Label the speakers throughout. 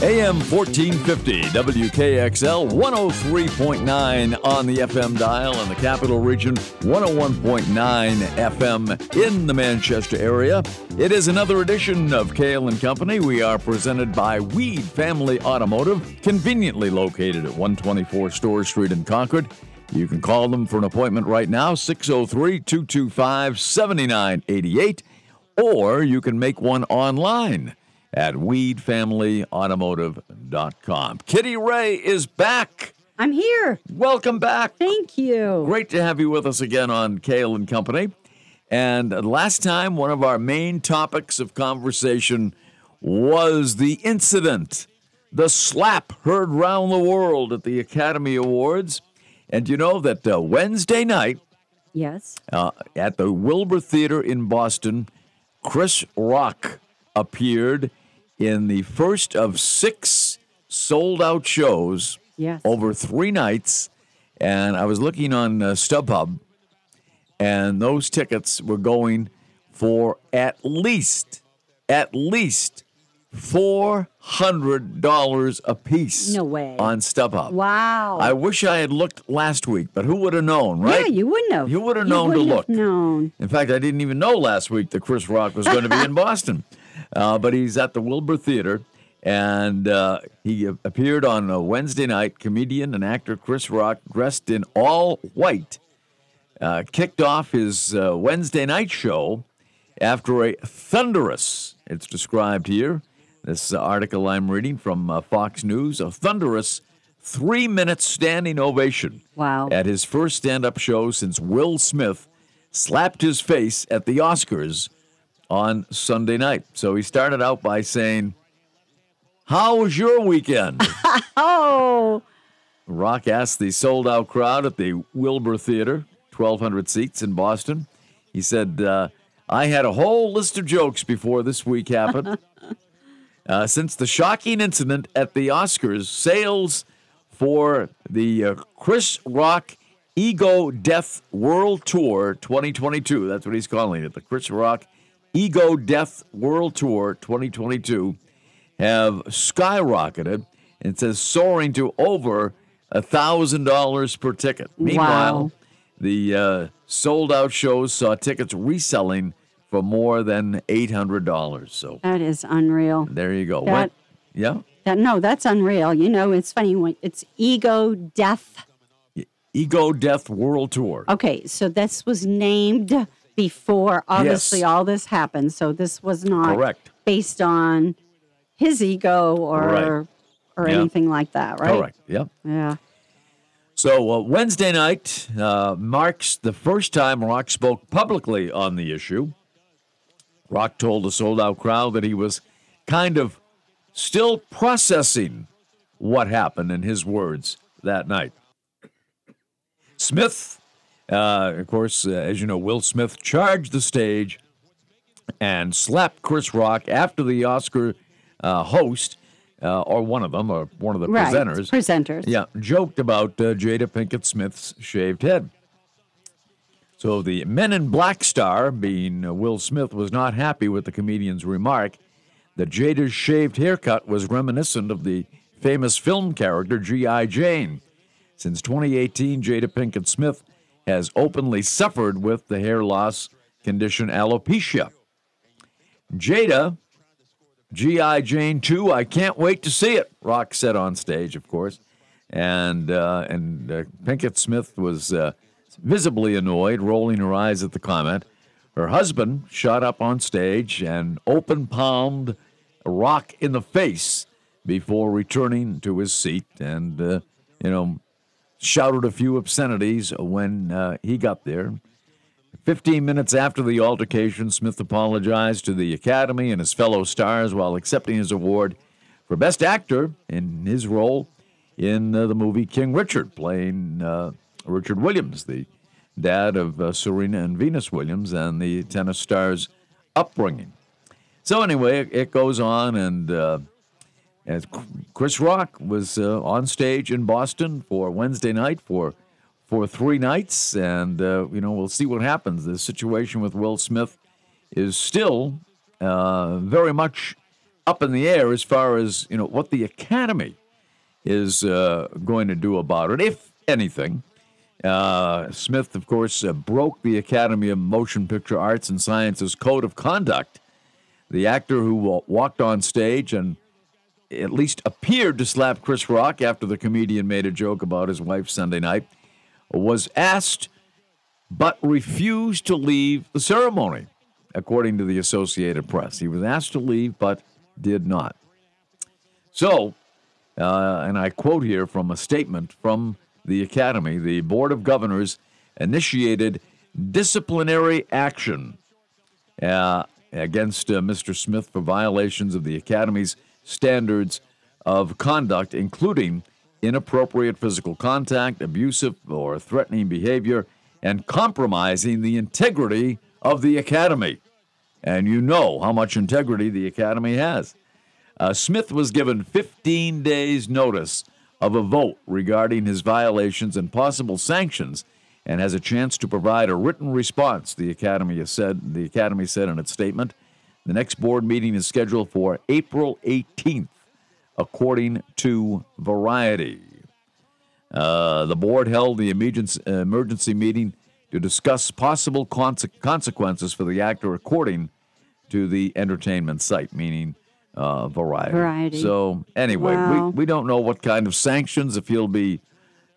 Speaker 1: AM 1450, WKXL 103.9 on the FM dial in the capital region, 101.9 FM in the Manchester area. It is another edition of Kale and Company. We are presented by Weed Family Automotive, conveniently located at 124 Store Street in Concord. You can call them for an appointment right now, 603 225 7988, or you can make one online at weedfamilyautomotive.com. Kitty Ray is back.
Speaker 2: I'm here.
Speaker 1: Welcome back.
Speaker 2: Thank you.
Speaker 1: Great to have you with us again on Kale and Company. And uh, last time, one of our main topics of conversation was the incident, the slap heard round the world at the Academy Awards. And you know that uh, Wednesday night
Speaker 2: Yes.
Speaker 1: uh, at the Wilbur Theater in Boston, Chris Rock appeared in the first of six sold out shows
Speaker 2: Yes.
Speaker 1: over three nights. And I was looking on uh, StubHub, and those tickets were going for at least, at least $400 a piece.
Speaker 2: No way.
Speaker 1: On StubHub.
Speaker 2: Wow.
Speaker 1: I wish I had looked last week, but who would have known, right?
Speaker 2: Yeah, you wouldn't have.
Speaker 1: You would have known to
Speaker 2: wouldn't have
Speaker 1: look.
Speaker 2: known.
Speaker 1: In fact, I didn't even know last week that Chris Rock was going to be in Boston. Uh, but he's at the Wilbur Theater, and uh, he a- appeared on a Wednesday night. Comedian and actor Chris Rock, dressed in all white, uh, kicked off his uh, Wednesday night show after a thunderous, it's described here, this article I'm reading from uh, Fox News, a thunderous three minute standing ovation
Speaker 2: Wow.
Speaker 1: at his first stand up show since Will Smith slapped his face at the Oscars on Sunday night. So he started out by saying, How was your weekend?
Speaker 2: Oh,
Speaker 1: Rock asked the sold out crowd at the Wilbur Theater, 1,200 seats in Boston. He said, uh, I had a whole list of jokes before this week happened. uh, since the shocking incident at the Oscars, sales for the uh, Chris Rock Ego Death World Tour 2022, that's what he's calling it, the Chris Rock Ego Death World Tour 2022 have skyrocketed and it says soaring to over thousand dollars per ticket. Meanwhile,
Speaker 2: Wow.
Speaker 1: the uh, sold out shows saw tickets reselling for more than eight hundred dollars. So
Speaker 2: that is unreal.
Speaker 1: there you go.
Speaker 2: That-
Speaker 1: What? Yeah,
Speaker 2: That no, that's unreal. You know, it's funny when it's ego death.
Speaker 1: Ego Death World Tour.
Speaker 2: Okay, so this was named before obviously
Speaker 1: Yes.
Speaker 2: all this happened. So this was not
Speaker 1: Correct.
Speaker 2: based on his ego or
Speaker 1: Right.
Speaker 2: or
Speaker 1: Yeah.
Speaker 2: anything like that, right?
Speaker 1: Correct. Yeah.
Speaker 2: Yeah.
Speaker 1: So uh, Wednesday night uh, marks the first time Rock spoke publicly on the issue. Rock told a sold out crowd that he was kind of still processing what happened in his words that night. Smith, uh, of course, uh, as you know, Will Smith charged the stage and slapped Chris Rock after the Oscar uh, host, uh, or one of them, or one of the
Speaker 2: Right.
Speaker 1: presenters,
Speaker 2: Presenters.
Speaker 1: yeah, joked about uh, Jada Pinkett Smith's shaved head. So the Men in Black star, being uh, Will Smith, was not happy with the comedian's remark that Jada's shaved haircut was reminiscent of the famous film character G.I. Jane. Since 2018, Jada Pinkett Smith has openly suffered with the hair loss condition alopecia. Jada, G.I. Jane 2, I can't wait to see it, Rock said on stage, of course. And, uh, and uh, Pinkett Smith was uh, visibly annoyed, rolling her eyes at the comment. Her husband shot up on stage and open palmed Rock in the face before returning to his seat and, uh, you know, shouted a few obscenities when uh, he got there. 15 minutes after the altercation, Smith apologized to the Academy and his fellow stars while accepting his award for Best Actor in his role in uh, the movie King Richard, playing uh, Richard Williams, the dad of uh, Serena and Venus Williams, and the tennis star's upbringing. So, anyway, it, it goes on, and uh, as Chris Rock was uh, on stage in Boston for Wednesday night for for three nights, and uh, you know we'll see what happens. The situation with Will Smith is still uh, very much up in the air as far as you know what the Academy is uh, going to do about it, if anything. Uh, Smith, of course, uh, broke the Academy of Motion Picture Arts and Sciences Code of Conduct. The actor who wa- walked on stage and at least appeared to slap Chris Rock after the comedian made a joke about his wife Sunday night was asked but refused to leave the ceremony, according to the Associated Press. He was asked to leave but did not. So, uh, and I quote here from a statement from the Academy the Board of Governors initiated disciplinary action uh, against uh, Mr. Smith for violations of the Academy's standards of conduct, including inappropriate physical contact, abusive or threatening behavior, and compromising the integrity of the Academy. And you know how much integrity the Academy has. Uh, Smith was given 15 days' notice of a vote regarding his violations and possible sanctions, and has a chance to provide a written response. The Academy has said. The Academy said in its statement, the next board meeting is scheduled for April 18th, according to Variety. Uh, the board held the emergency, emergency meeting to discuss possible conse- consequences for the actor, according to the entertainment site, meaning uh, Variety.
Speaker 2: Variety.
Speaker 1: So anyway,
Speaker 2: Wow.
Speaker 1: we, we don't know what kind of sanctions if he'll be,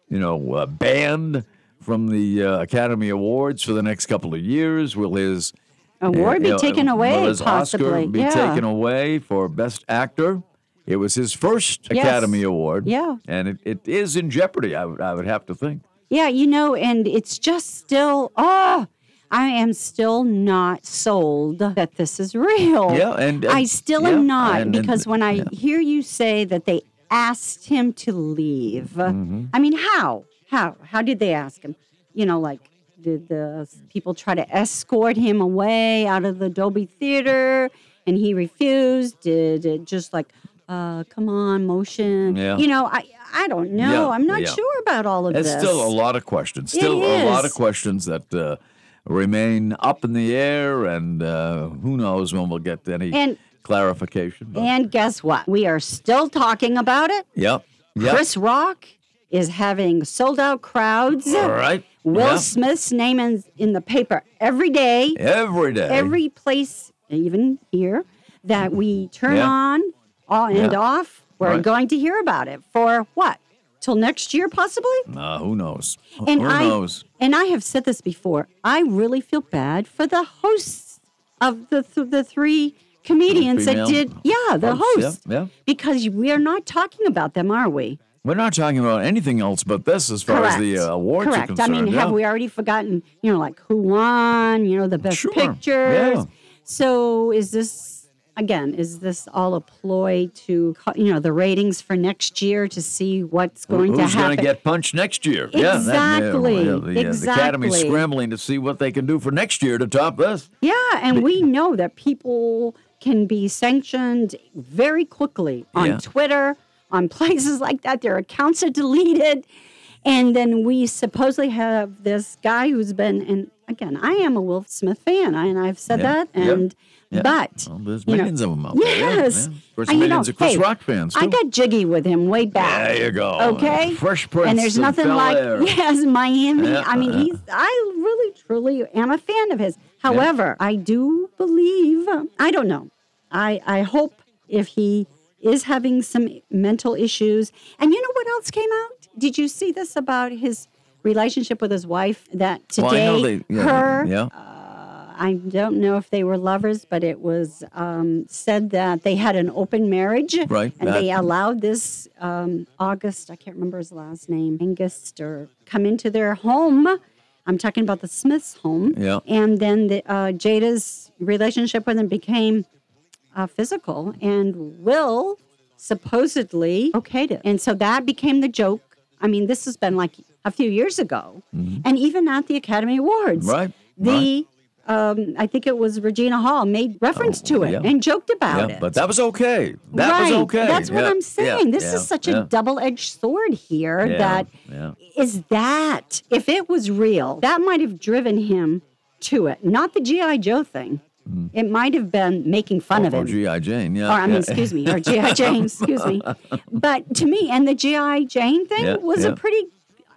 Speaker 1: you know, uh, banned from the uh, Academy Awards for the next couple of years. Will his
Speaker 2: Award be
Speaker 1: you know,
Speaker 2: taken away,
Speaker 1: Will his
Speaker 2: possibly.
Speaker 1: Oscar be
Speaker 2: yeah.
Speaker 1: taken away for Best Actor? It was his first
Speaker 2: Yes.
Speaker 1: Academy Award.
Speaker 2: Yeah.
Speaker 1: And it, it is in jeopardy, I would I would have to think.
Speaker 2: Yeah, you know, and it's just still, oh, I am still not sold that this is real.
Speaker 1: Yeah, and-
Speaker 2: Oh, I
Speaker 1: and-
Speaker 2: still
Speaker 1: yeah,
Speaker 2: am not
Speaker 1: and- and-
Speaker 2: because when I
Speaker 1: yeah.
Speaker 2: hear you say that they asked him to leave,
Speaker 1: Mm-hmm.
Speaker 2: I mean, how? How? How did they ask him? You know, like, did the people try to escort him away out of the Dolby Theater and he refused? Did it just like, uh, come on, motion?
Speaker 1: Yeah.
Speaker 2: You know, I, I don't know.
Speaker 1: Yeah,
Speaker 2: I'm not
Speaker 1: yeah.
Speaker 2: sure about all of
Speaker 1: It's
Speaker 2: this.
Speaker 1: still a lot of questions. Still a lot of
Speaker 2: is.
Speaker 1: questions that uh, remain up in the air, and uh, who knows when we'll get any
Speaker 2: And-
Speaker 1: clarification. but-
Speaker 2: And guess what? We are still talking about it.
Speaker 1: yep. Yep.
Speaker 2: Chris Rock is having sold out crowds.
Speaker 1: All right.
Speaker 2: Will
Speaker 1: yeah.
Speaker 2: Smith's name is in the paper every day,
Speaker 1: Every day.
Speaker 2: every place, even here, that we turn
Speaker 1: Yeah.
Speaker 2: on all, and
Speaker 1: Yeah.
Speaker 2: off. We're
Speaker 1: Right.
Speaker 2: going to hear about it for what? Till next year, possibly?
Speaker 1: Uh, who knows?
Speaker 2: And
Speaker 1: who
Speaker 2: I,
Speaker 1: knows?
Speaker 2: And I have said this before. I really feel bad for the hosts of the th- the three comedians that
Speaker 1: female
Speaker 2: did. Yeah, the
Speaker 1: hosts, yeah,
Speaker 2: hosts.
Speaker 1: yeah.
Speaker 2: Because we are not talking about them, are we?
Speaker 1: We're not talking about anything else but this as far as the uh, awards are
Speaker 2: Correct.
Speaker 1: concerned.
Speaker 2: I mean,
Speaker 1: yeah.
Speaker 2: have we already forgotten? You know, like who won? You know, the best
Speaker 1: Sure,
Speaker 2: pictures.
Speaker 1: yeah.
Speaker 2: So is this? Again, is this all a ploy to, co- you know, the ratings for next year to see what's going to
Speaker 1: Who's
Speaker 2: happen?
Speaker 1: going to get punched next year? Yeah, that- yeah,
Speaker 2: Exactly,
Speaker 1: yeah, the, uh, the Academy's
Speaker 2: exactly.
Speaker 1: scrambling to see what they can do for next year to top this.
Speaker 2: Yeah, and we know that people can be sanctioned very quickly on
Speaker 1: Yeah.
Speaker 2: Twitter, on places like that. Their accounts are deleted. And then we supposedly have this guy who's been, and again, I am a Will Smith fan, I- and I've said
Speaker 1: Yeah,
Speaker 2: that.
Speaker 1: yeah,
Speaker 2: And,
Speaker 1: yeah.
Speaker 2: but,
Speaker 1: Well, there's
Speaker 2: you know,
Speaker 1: millions of them out there, yeah,
Speaker 2: yes.
Speaker 1: yeah. Of course,
Speaker 2: And, you
Speaker 1: millions
Speaker 2: know,
Speaker 1: of Chris
Speaker 2: hey,
Speaker 1: Rock fans,
Speaker 2: I
Speaker 1: too.
Speaker 2: got jiggy with him way back.
Speaker 1: There you go.
Speaker 2: Okay.
Speaker 1: Fresh Prince
Speaker 2: And there's
Speaker 1: of
Speaker 2: nothing
Speaker 1: Bel
Speaker 2: like,
Speaker 1: Air.
Speaker 2: yes, Miami.
Speaker 1: Yeah,
Speaker 2: I mean,
Speaker 1: yeah.
Speaker 2: he's, I really, truly am a fan of his. However, I do believe, I don't know. I, I hope if he is having some mental issues. And you know what else came out? Did you see this about his relationship with his wife that today,
Speaker 1: well, I know they, yeah,
Speaker 2: her,
Speaker 1: yeah.
Speaker 2: I don't know if they were lovers, but it was um, said that they had an open marriage.
Speaker 1: Right,
Speaker 2: And
Speaker 1: that-
Speaker 2: they allowed this um, August, I can't remember his last name, Angus, or come into their home. I'm talking about the Smiths' home.
Speaker 1: Yeah.
Speaker 2: And then the, uh, Jada's relationship with him became uh, physical, and Will supposedly okayed it. And so that became the joke. I mean, this has been like a few years ago, and even at the Academy Awards
Speaker 1: Mm-hmm. Right,
Speaker 2: the um, I think it was Regina Hall made reference to it
Speaker 1: yeah.
Speaker 2: and joked about
Speaker 1: yeah,
Speaker 2: it.
Speaker 1: but that was okay. That
Speaker 2: right.
Speaker 1: was okay.
Speaker 2: That's what
Speaker 1: Yeah,
Speaker 2: I'm saying.
Speaker 1: yeah,
Speaker 2: this
Speaker 1: yeah,
Speaker 2: is such
Speaker 1: yeah.
Speaker 2: a double-edged sword here
Speaker 1: Yeah,
Speaker 2: that
Speaker 1: yeah.
Speaker 2: is that if it was real, that might have driven him to it. Not the G.I. Joe thing. It might have been making fun of
Speaker 1: Mm. Or
Speaker 2: him.
Speaker 1: G.I. Jane, yeah.
Speaker 2: or I mean,
Speaker 1: yeah.
Speaker 2: excuse me, or G.I. Jane, excuse me. But to me, and the G.I. Jane thing
Speaker 1: Yeah,
Speaker 2: was
Speaker 1: yeah.
Speaker 2: a pretty.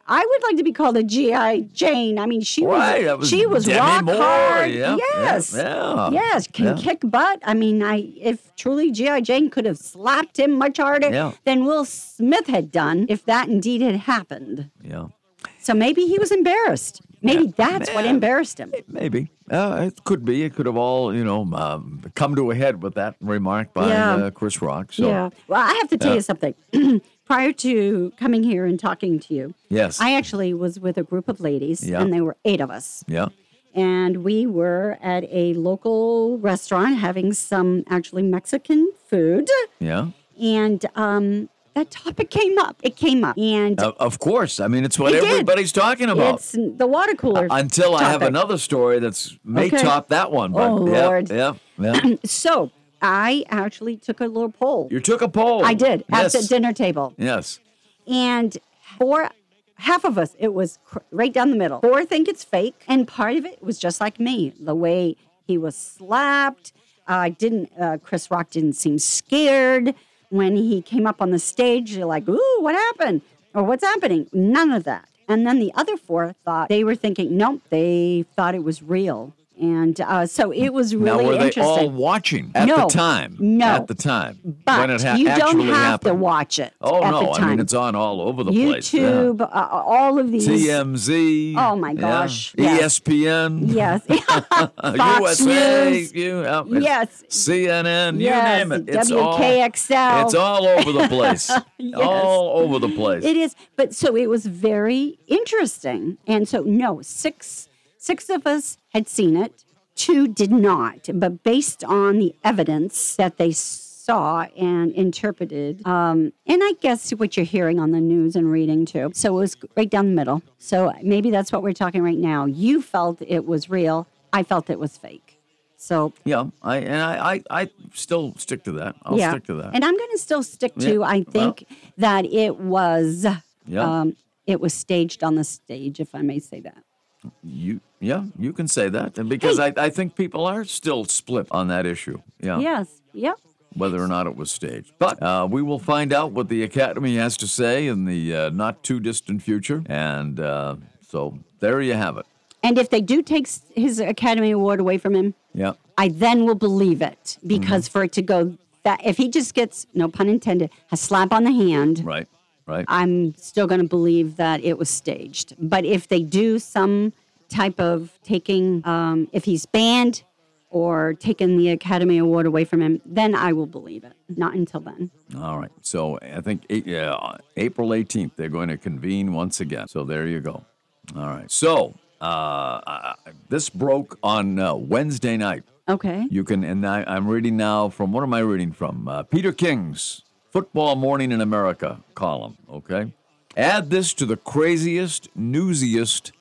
Speaker 2: I would like to be called a G.I. Jane. I mean, she
Speaker 1: Right, that
Speaker 2: was,
Speaker 1: was
Speaker 2: she was
Speaker 1: Demi
Speaker 2: rock
Speaker 1: Moore,
Speaker 2: hard.
Speaker 1: yeah, yeah,
Speaker 2: yes,
Speaker 1: yeah,
Speaker 2: yes,
Speaker 1: yeah.
Speaker 2: can kick butt. I mean, I if truly G.I. Jane could have slapped him much harder
Speaker 1: Yeah.
Speaker 2: than Will Smith had done, if that indeed had happened.
Speaker 1: Yeah,
Speaker 2: So maybe he was embarrassed. Maybe that's what
Speaker 1: man.
Speaker 2: embarrassed him.
Speaker 1: maybe. Uh, it could be. It could have all, you know, um, come to a head with that remark by
Speaker 2: Yeah.
Speaker 1: uh, Chris Rock. So,
Speaker 2: Yeah. Well, I have to tell you something. Prior to coming here and talking to you,
Speaker 1: yes.
Speaker 2: I actually was with a group of ladies,
Speaker 1: Yeah.
Speaker 2: and there were eight of us.
Speaker 1: yeah.
Speaker 2: And we were at a local restaurant having some actually Mexican food.
Speaker 1: Yeah.
Speaker 2: And um, that topic came up. It came up. And
Speaker 1: Uh, of course. I mean, it's what
Speaker 2: It did.
Speaker 1: everybody's talking about.
Speaker 2: it's the water cooler.
Speaker 1: Uh, Until I have
Speaker 2: topic.
Speaker 1: another story that's may
Speaker 2: Okay.
Speaker 1: top that one. But
Speaker 2: Oh,
Speaker 1: yeah,
Speaker 2: Lord.
Speaker 1: yeah, yeah.
Speaker 2: So I actually took a little poll.
Speaker 1: you took a poll.
Speaker 2: I did
Speaker 1: Yes.
Speaker 2: at the dinner table.
Speaker 1: Yes.
Speaker 2: And four, half of us, it was cr- right down the middle. Four think it's fake, and part of it was just like me. The way he was slapped, I didn't. Uh, Chris Rock didn't seem scared when he came up on the stage. They're like, "Ooh, what happened?" or "What's happening?" None of that. And then the other four thought they were thinking, "Nope," they thought it was real, and uh, so it was really
Speaker 1: now were they
Speaker 2: interesting.
Speaker 1: all watching at the
Speaker 2: No.
Speaker 1: time?
Speaker 2: No.
Speaker 1: At the time.
Speaker 2: but
Speaker 1: when it ha-
Speaker 2: you don't
Speaker 1: actually
Speaker 2: have to
Speaker 1: happened.
Speaker 2: watch it.
Speaker 1: Oh
Speaker 2: at
Speaker 1: no!
Speaker 2: the time.
Speaker 1: I mean, it's on all over the place. yeah.
Speaker 2: YouTube, uh, all of these.
Speaker 1: TMZ.
Speaker 2: Oh, my
Speaker 1: yeah, E
Speaker 2: gosh, yes.
Speaker 1: ESPN.
Speaker 2: Yes. Fox
Speaker 1: USA.
Speaker 2: News.
Speaker 1: You, uh, it's
Speaker 2: Yes.
Speaker 1: CNN.
Speaker 2: Yes,
Speaker 1: You name it. It's all.
Speaker 2: WKXL.
Speaker 1: It's all over the place.
Speaker 2: Yes.
Speaker 1: All over the place.
Speaker 2: It is, but so it was very interesting. And so no, six six of us had seen it, two did not. But based on the evidence that they saw and interpreted, um, and I guess what you're hearing on the news and reading too. So it was right down the middle. So maybe that's what we're talking right now. You felt it was real. I felt it was fake. So
Speaker 1: Yeah, I and I, I, I still stick to that. I'll
Speaker 2: yeah.
Speaker 1: stick to that.
Speaker 2: And I'm going to still stick
Speaker 1: Yeah,
Speaker 2: to. I think that it was.
Speaker 1: Yeah.
Speaker 2: Um, it was staged on the stage, if I may say that.
Speaker 1: you, yeah, you can say that, and because I, I think people are still split on that issue. Yeah,
Speaker 2: Yes. Yep.
Speaker 1: whether or not it was staged. But uh, we will find out what the academy has to say in the uh, not too distant future. And uh, so there you have it.
Speaker 2: And if they do take s- his Academy Award away from him,
Speaker 1: Yeah,
Speaker 2: I then will believe it
Speaker 1: Mm-hmm.
Speaker 2: because for it to go that if he just gets no pun intended a slap on the hand,
Speaker 1: right, right.
Speaker 2: I'm still going to believe that it was staged. But if they do some type of taking, um, if he's banned or taken the Academy Award away from him, then I will believe it. Not until then.
Speaker 1: All right. So I think eight, yeah, April 18th, they're going to convene once again. So there you go. All right. So uh, I- I- this broke on uh, Wednesday night.
Speaker 2: Okay.
Speaker 1: You can, and I, I'm reading now from what am I reading from? Uh, Peter King's Football Morning in America column. Okay. Add this to the craziest, newsiest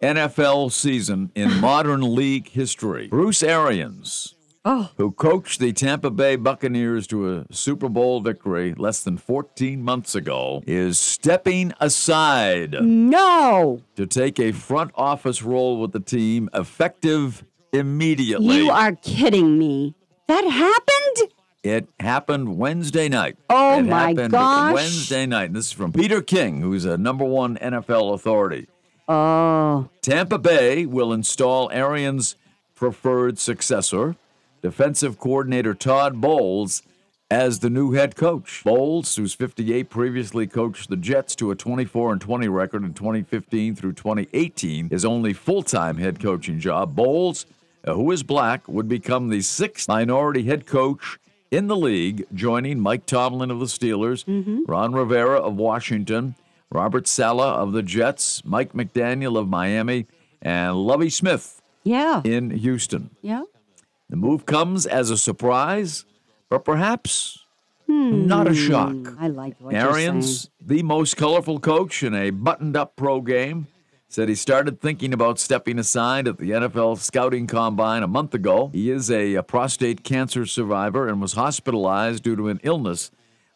Speaker 1: NFL season in modern league history. Bruce Arians,
Speaker 2: Oh.
Speaker 1: who coached the Tampa Bay Buccaneers to a Super Bowl victory less than 14 months ago, is stepping aside
Speaker 2: Mm. No,
Speaker 1: to take a front office role with the team effective immediately.
Speaker 2: you are kidding me. That happened?
Speaker 1: It happened Wednesday night.
Speaker 2: Oh,
Speaker 1: it
Speaker 2: my
Speaker 1: happened
Speaker 2: gosh.
Speaker 1: Wednesday night. And This is from Peter King, who's a number one NFL authority.
Speaker 2: Oh,
Speaker 1: Tampa Bay will install Arians' preferred successor, defensive coordinator Todd Bowles, as the new head coach. Bowles, who's 58, previously coached the Jets to a 24 and 20 record in 2015 through 2018, his only full-time head coaching job. Bowles, uh, who is black, would become the sixth minority head coach in the league, joining Mike Tomlin of the Steelers, Ron Rivera of Washington, Robert Sala of the Jets, Mike McDaniel of Miami, and Lovey Smith
Speaker 2: yeah.
Speaker 1: in Houston.
Speaker 2: Yeah.
Speaker 1: The move comes as a surprise, but perhaps not a shock.
Speaker 2: Mm, I like what you're saying.
Speaker 1: Arians, the most colorful coach in a buttoned up pro game, said he started thinking about stepping aside at the NFL scouting combine a month ago. He is a, a prostate cancer survivor and was hospitalized due to an illness.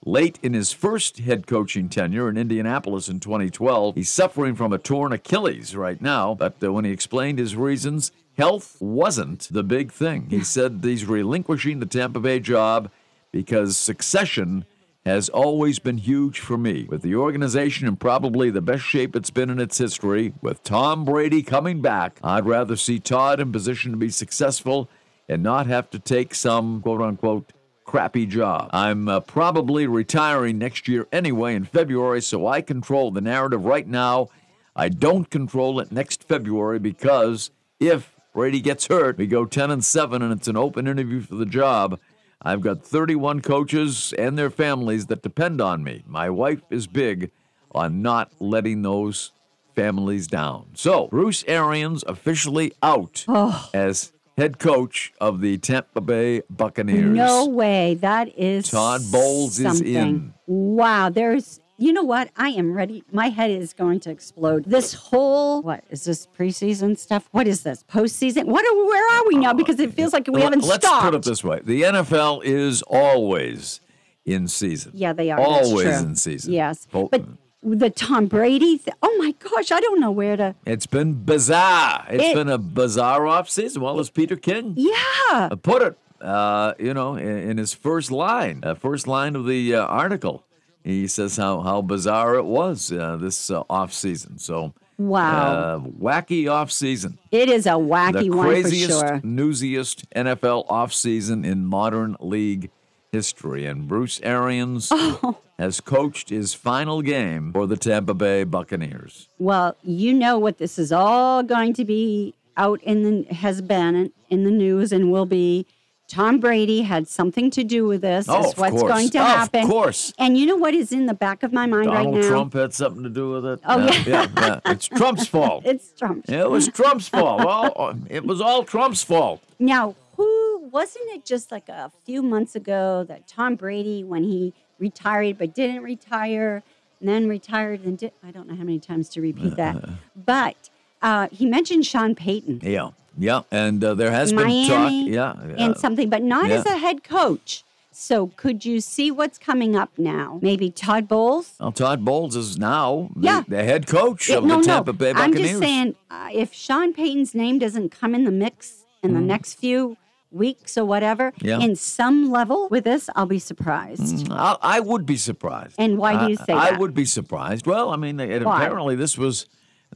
Speaker 1: Late in his first head coaching tenure in Indianapolis in 2012, he's suffering from a torn Achilles right now. But uh, when he explained his reasons, health wasn't the big thing. He said he's relinquishing the Tampa Bay job because succession has always been huge for me. With the organization in probably the best shape it's been in its history, with Tom Brady coming back, I'd rather see Todd in position to be successful and not have to take some quote unquote crappy job. I'm uh, probably retiring next year anyway in February, so I control the narrative right now. I don't control it next February because if Brady gets hurt, we go 10 and 7 and it's an open interview for the job. I've got 31 coaches and their families that depend on me. My wife is big on not letting those families down. So, Bruce Arians officially out as head coach of the Tampa Bay Buccaneers.
Speaker 2: No way. That is
Speaker 1: Todd Bowles is
Speaker 2: something.
Speaker 1: in.
Speaker 2: Wow. There's you know what? I am ready. My head is going to explode. This whole what is this preseason stuff? What is this postseason? What are where are we now? Because it feels like we haven't
Speaker 1: Let's
Speaker 2: stopped.
Speaker 1: put it this way: the NFL is always in season.
Speaker 2: yeah, they are That's
Speaker 1: always
Speaker 2: true.
Speaker 1: in season.
Speaker 2: Yes,
Speaker 1: Fo-
Speaker 2: but the Tom Brady. Th- oh my gosh, I don't know where to.
Speaker 1: it's been bizarre. It's
Speaker 2: It-
Speaker 1: been a bizarre off season. Well, as Peter King
Speaker 2: Yeah,
Speaker 1: put it, uh, you know, in, in his first line, uh, first line of the uh, article, he says how how bizarre it was uh, this uh, off season. So.
Speaker 2: Wow.
Speaker 1: Uh, wacky off season.
Speaker 2: it is a wacky
Speaker 1: the
Speaker 2: one for
Speaker 1: craziest,
Speaker 2: sure.
Speaker 1: newsiest NFL offseason in modern league history. And Bruce Arians
Speaker 2: Oh.
Speaker 1: has coached his final game for the Tampa Bay Buccaneers.
Speaker 2: Well, you know what this is all going to be out in the has been in the news and will be. Tom Brady had something to do with this.
Speaker 1: Oh,
Speaker 2: is
Speaker 1: of
Speaker 2: what's
Speaker 1: course.
Speaker 2: going to
Speaker 1: Of
Speaker 2: happen?
Speaker 1: course.
Speaker 2: And you know what is in the back of my mind
Speaker 1: Donald
Speaker 2: right now?
Speaker 1: Trump had something to do with it.
Speaker 2: Oh,
Speaker 1: yeah. yeah, yeah. It's Trump's fault.
Speaker 2: It's Trump.
Speaker 1: it was Trump's fault. Well, it was all Trump's fault.
Speaker 2: Now, who wasn't it just like a few months ago that Tom Brady, when he retired but didn't retire, and then retired and did, I don't know how many times to repeat that, but uh, he mentioned Sean Payton.
Speaker 1: Yeah, yeah. And uh, there has been talk.
Speaker 2: Miami
Speaker 1: Yeah, uh, yeah.
Speaker 2: and something, but not
Speaker 1: Yeah.
Speaker 2: as a head coach. So could you see what's coming up now? Maybe Todd Bowles?
Speaker 1: well, Todd Bowles is now the,
Speaker 2: Yeah.
Speaker 1: the head coach of
Speaker 2: no,
Speaker 1: the Tampa
Speaker 2: no.
Speaker 1: Bay
Speaker 2: I'm
Speaker 1: Buccaneers.
Speaker 2: just saying, uh, if Sean Payton's name doesn't come in the mix in the next few weeks or whatever,
Speaker 1: Mm-hmm. Yeah. Mm-hmm.
Speaker 2: in some level with this, I'll be surprised.
Speaker 1: I, I would be surprised.
Speaker 2: And why do you
Speaker 1: I-
Speaker 2: say
Speaker 1: I
Speaker 2: that?
Speaker 1: would be surprised. Well, I mean, it,
Speaker 2: Why?
Speaker 1: apparently this was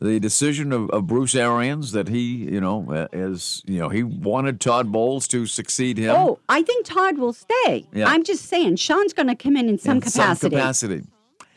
Speaker 1: the decision of, of Bruce Arians that he, you know, uh, is you know he wanted Todd Bowles to succeed him
Speaker 2: Oh, I think Todd will stay.
Speaker 1: Yeah.
Speaker 2: I'm just saying, Sean's going to come in in some
Speaker 1: in
Speaker 2: capacity.
Speaker 1: some capacity.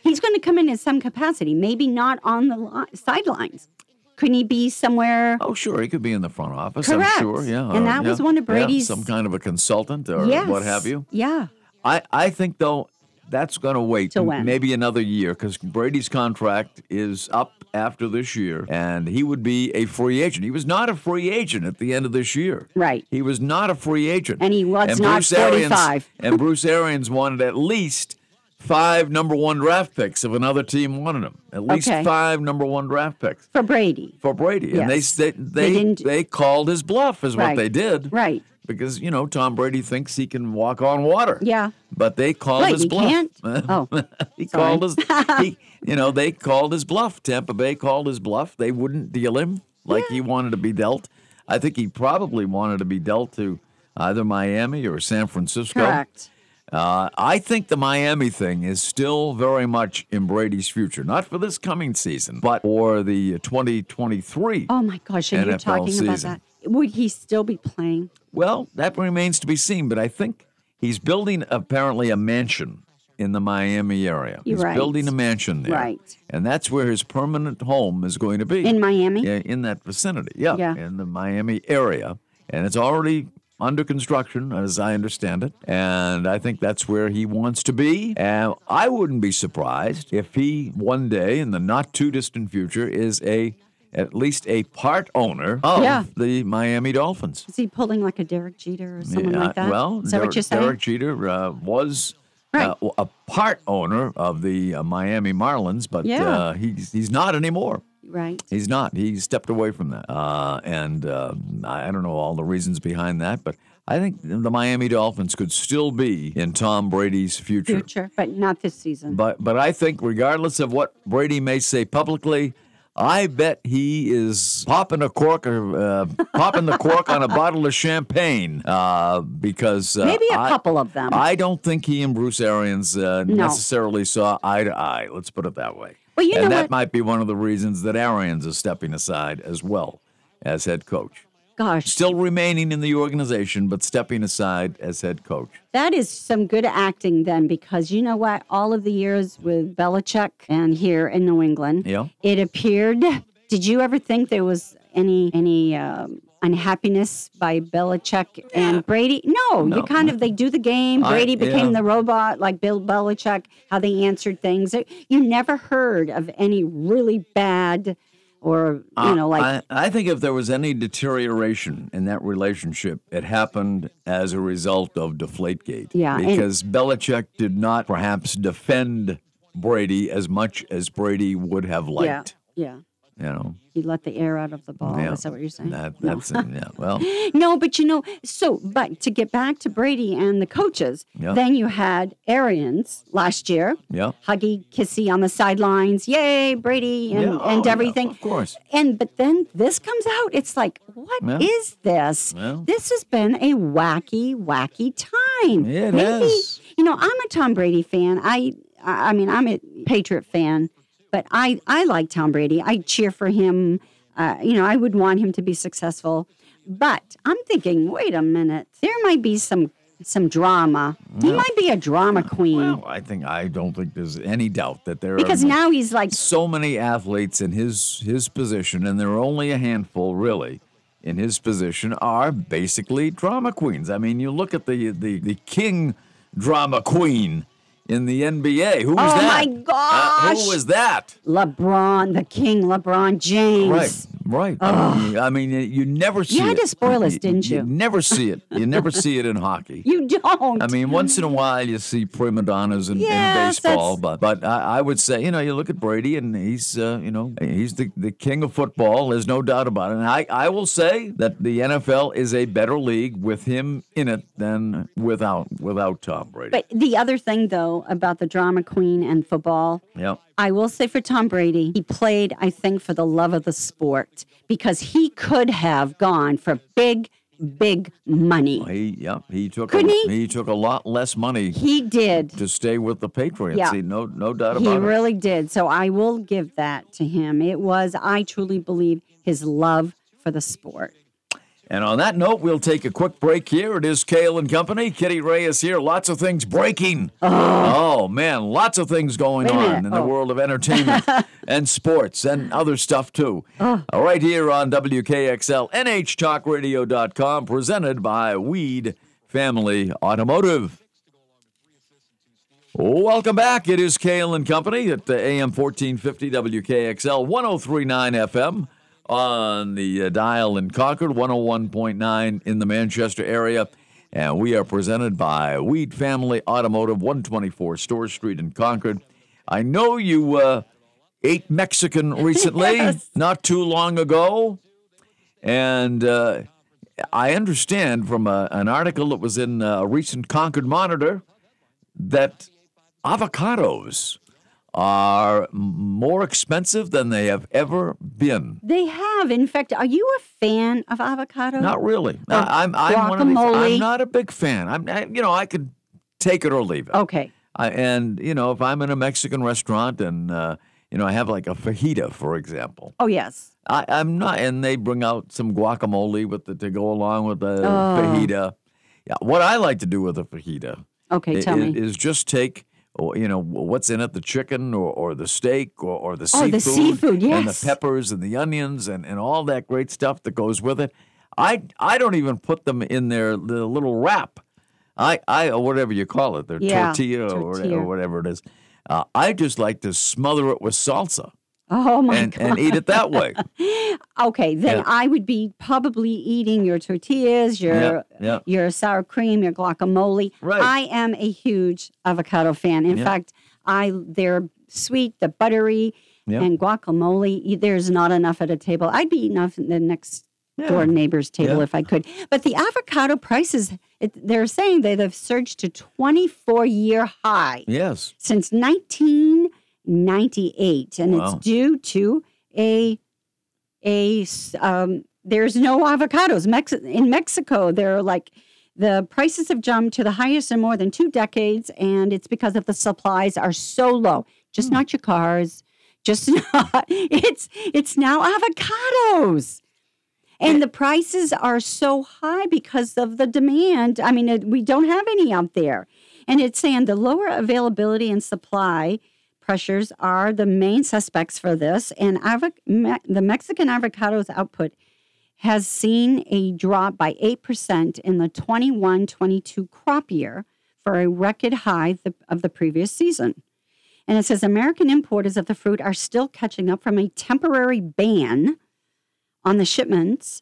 Speaker 2: He's going to come in in some capacity, maybe not on the li- sidelines. Couldn't he be somewhere?
Speaker 1: Oh, sure, he could be in the front office.
Speaker 2: Correct.
Speaker 1: I'm sure. Yeah,
Speaker 2: And
Speaker 1: or-
Speaker 2: that was
Speaker 1: yeah,
Speaker 2: one of
Speaker 1: yeah,
Speaker 2: Brady's-
Speaker 1: some kind of a consultant or
Speaker 2: yes.
Speaker 1: what have you.
Speaker 2: Yeah.
Speaker 1: I, I think though that's going to wait
Speaker 2: Till when?
Speaker 1: maybe another year because Brady's contract is up after this year, and he would be a free agent. He was not a free agent at the end of this year.
Speaker 2: Right.
Speaker 1: He was not a free agent,
Speaker 2: And he was not
Speaker 1: Bruce Arians-
Speaker 2: 45.
Speaker 1: and Bruce Arians wanted at least five number one draft picks if another team wanted him. At least
Speaker 2: Okay.
Speaker 1: five number one draft picks
Speaker 2: For Brady.
Speaker 1: for Brady, and they
Speaker 2: Yes.
Speaker 1: they
Speaker 2: They
Speaker 1: they, they,
Speaker 2: didn't-
Speaker 1: called his bluff is what
Speaker 2: Right.
Speaker 1: they did,
Speaker 2: Right.
Speaker 1: Because you know Tom Brady thinks he can walk on water.
Speaker 2: Yeah.
Speaker 1: But they called
Speaker 2: Wait,
Speaker 1: his
Speaker 2: we
Speaker 1: bluff.
Speaker 2: can't? Oh.
Speaker 1: he
Speaker 2: sorry.
Speaker 1: called his. He, you know, they called his bluff. Tampa Bay called his bluff. They wouldn't deal him like he wanted to be dealt. I think he probably wanted to be dealt to either Miami or San Francisco.
Speaker 2: Correct.
Speaker 1: Uh, I think the Miami thing is still very much in Brady's future, not for this coming season, but for the 2023.
Speaker 2: Oh my gosh, and you're
Speaker 1: NFL
Speaker 2: talking about
Speaker 1: season.
Speaker 2: that. Would he still be playing?
Speaker 1: Well, that remains to be seen, but I think he's building apparently a mansion in the Miami area.
Speaker 2: You're
Speaker 1: he's
Speaker 2: right.
Speaker 1: building a mansion there.
Speaker 2: Right.
Speaker 1: And that's where his permanent home is going to be.
Speaker 2: In Miami?
Speaker 1: Yeah, in that vicinity. Yeah,
Speaker 2: Yeah.
Speaker 1: in the Miami area. And it's already under construction, as I understand it. And I think that's where he wants to be. And I wouldn't be surprised if he one day in the not too distant future is a at least a part owner of
Speaker 2: Yeah.
Speaker 1: the Miami Dolphins.
Speaker 2: Is he pulling like a Derek Jeter or someone
Speaker 1: Yeah,
Speaker 2: like that?
Speaker 1: Well,
Speaker 2: is that
Speaker 1: Derek,
Speaker 2: what you're saying?
Speaker 1: Derek Jeter uh, was
Speaker 2: Right.
Speaker 1: uh, a part owner of the uh, Miami Marlins, but
Speaker 2: Yeah.
Speaker 1: uh, he's he's not anymore.
Speaker 2: right.
Speaker 1: He's not. He stepped away from that, uh, and uh, I I don't know all the reasons behind that, but I think the Miami Dolphins could still be in Tom Brady's future.
Speaker 2: Future, but not this season.
Speaker 1: But but I think regardless of what Brady may say publicly, I bet he is popping a cork or uh, popping the cork on a bottle of champagne uh, because uh,
Speaker 2: Maybe a
Speaker 1: I-
Speaker 2: couple of them.
Speaker 1: I don't think he and Bruce Arians uh, necessarily saw eye to eye. Let's put it that way.
Speaker 2: Well, you
Speaker 1: and
Speaker 2: know
Speaker 1: that
Speaker 2: what-
Speaker 1: might be one of the reasons that Arians is stepping aside as well as head coach.
Speaker 2: Gosh,
Speaker 1: Still remaining in the organization, but stepping aside as head coach.
Speaker 2: that is some good acting then, because you know what? All of the years with Belichick and here in New England,
Speaker 1: Yeah.
Speaker 2: it appeared. Did you ever think there was any any um, unhappiness by Belichick and Brady? No, you kind of they do the game.
Speaker 1: I-
Speaker 2: Brady became
Speaker 1: yeah.
Speaker 2: the robot, like Bill Belichick. How they answered things. You never heard of any really bad, or you know, like
Speaker 1: Uh, I, I think if there was any deterioration in that relationship, it happened as a result of Deflategate.
Speaker 2: Yeah, and-
Speaker 1: Because Belichick did not perhaps defend Brady as much as Brady would have
Speaker 2: yeah,
Speaker 1: liked.
Speaker 2: yeah.
Speaker 1: You know,
Speaker 2: He let the air out of the ball.
Speaker 1: Yeah.
Speaker 2: Is that what you're saying?
Speaker 1: that,
Speaker 2: No.
Speaker 1: that's it. Yeah. Well,
Speaker 2: No, but you know, so, but to get back to Brady and the coaches,
Speaker 1: Yeah.
Speaker 2: then you had Arians last year.
Speaker 1: Yeah.
Speaker 2: Huggy, kissy on the sidelines. Yay, Brady and,
Speaker 1: yeah. oh,
Speaker 2: and
Speaker 1: yeah,
Speaker 2: everything.
Speaker 1: of course.
Speaker 2: And, but then this comes out. It's like, what is
Speaker 1: Yeah.
Speaker 2: this?
Speaker 1: Yeah.
Speaker 2: This has been a wacky, wacky time.
Speaker 1: It
Speaker 2: Maybe,
Speaker 1: has.
Speaker 2: you know, I'm a Tom Brady fan. I, I I mean, I'm a Patriot fan, but I, I like Tom Brady. I cheer for him. Uh, you know, I would want him to be successful. But I'm thinking, wait a minute, there might be some some drama. He might be a drama queen
Speaker 1: Well, I think I don't think there's any doubt that there
Speaker 2: because
Speaker 1: are
Speaker 2: now he's like,
Speaker 1: so many athletes in his his position, and there are only a handful really in his position, are basically drama queens. I mean, you look at the the, the king drama queen in the NBA. Who was
Speaker 2: Oh,
Speaker 1: that?
Speaker 2: my
Speaker 1: Uh,
Speaker 2: gosh.
Speaker 1: who was that?
Speaker 2: LeBron, the king, LeBron James.
Speaker 1: Right, right. I mean, I mean, you never see.
Speaker 2: had
Speaker 1: it.
Speaker 2: to spoil us, didn't you?
Speaker 1: never see it. You never see it in hockey.
Speaker 2: You don't.
Speaker 1: I mean, once in a while you see prima donnas in, in
Speaker 2: Yes,
Speaker 1: baseball, but but I, I would say you know you look at Brady and he's uh, you know he's the, the king of football. There's no doubt about it. And I I will say that the NFL is a better league with him in it than without without Tom Brady.
Speaker 2: but the other thing, though, about the drama queen and football,
Speaker 1: yeah,
Speaker 2: I will say for Tom Brady, he played, I think, for the love of the sport because he could have gone for big, big money.
Speaker 1: he Oh, yeah he took
Speaker 2: Couldn't
Speaker 1: a,
Speaker 2: he?
Speaker 1: took a lot less money
Speaker 2: He did.
Speaker 1: to stay with the Patriots.
Speaker 2: Yeah.
Speaker 1: He- no no doubt
Speaker 2: He
Speaker 1: about it.
Speaker 2: really did. So I will give that to him. It was, I truly believe, his love for the sport.
Speaker 1: And on that note, we'll take a quick break here. It is Kale and Company. Kitty Ray is here. Lots of things breaking. Oh, man, lots of things going
Speaker 2: Wait a
Speaker 1: on
Speaker 2: minute.
Speaker 1: in the
Speaker 2: Oh.
Speaker 1: world of entertainment and sports and other stuff too.
Speaker 2: Oh.
Speaker 1: All right, here on WKXL NHTalkRadio.com, presented by Weed Family Automotive. Welcome back. It is Kale and Company at the AM 1450 WKXL 1039 FM on the uh, dial in Concord, 101.9 in the Manchester area. And we are presented by Weed Family Automotive, 124 Store Street in Concord. I know you uh, ate Mexican recently,
Speaker 2: Yes.
Speaker 1: not too long ago. And uh, I understand from a, an article that was in uh, a recent Concord Monitor that avocados are m- more expensive than they have ever been.
Speaker 2: They have. In fact, are you a fan of avocado?
Speaker 1: Not really. I, I'm, I'm, one of these,
Speaker 2: guacamole.
Speaker 1: I'm not a big fan. I'm, I, you know, I could take it or leave it.
Speaker 2: Okay.
Speaker 1: I, and you know, if I'm in a Mexican restaurant and uh, you know I have like a fajita, for example,
Speaker 2: Oh, yes.
Speaker 1: I, I'm not. And they bring out some guacamole with the, to go along with the fajita. Yeah, what I like to do with a fajita
Speaker 2: Okay,
Speaker 1: i-
Speaker 2: tell
Speaker 1: i-
Speaker 2: me.
Speaker 1: Is just take, or, you know, wh- what's in it, the chicken or, or the steak or, or the
Speaker 2: Oh,
Speaker 1: seafood.
Speaker 2: the seafood,
Speaker 1: And
Speaker 2: yes.
Speaker 1: the peppers and the onions and, and all that great stuff that goes with it. I, I don't even put them in their the little wrap. I, I or whatever you call it, their
Speaker 2: Yeah,
Speaker 1: tortilla, or- Or,
Speaker 2: tortilla.
Speaker 1: whatever it is. Uh, I just like to smother it with salsa
Speaker 2: oh my
Speaker 1: and, and eat it that way.
Speaker 2: Okay, then
Speaker 1: Yeah.
Speaker 2: I would be probably eating your tortillas, your
Speaker 1: yeah.
Speaker 2: your sour cream, your guacamole.
Speaker 1: Right.
Speaker 2: I am a huge avocado fan. In
Speaker 1: Yeah.
Speaker 2: fact, I they're sweet, they're buttery,
Speaker 1: Yeah.
Speaker 2: and guacamole. y- There's not enough at a table. I'd be enough at the next door neighbor's table
Speaker 1: Yeah.
Speaker 2: if I could. But the avocado prices, it, they're saying that they've surged to 24 year high
Speaker 1: Yes.
Speaker 2: since 1998, and
Speaker 1: Wow.
Speaker 2: it's due to a a s- um, there's no avocados Mex- in Mexico. They're like the prices have jumped to the highest in more than two decades, and it's because of the supplies are so low. Just not your cars. Just not. It's it's now avocados. And the prices are so high because of the demand. I mean, it, we don't have any out there. And it's saying the lower availability and supply pressures are the main suspects for this. And avo- me- the Mexican avocados output has seen a drop by 8% in the 21 22 crop year for a record high the, of the previous season. And it says American importers of the fruit are still catching up from a temporary ban on the shipments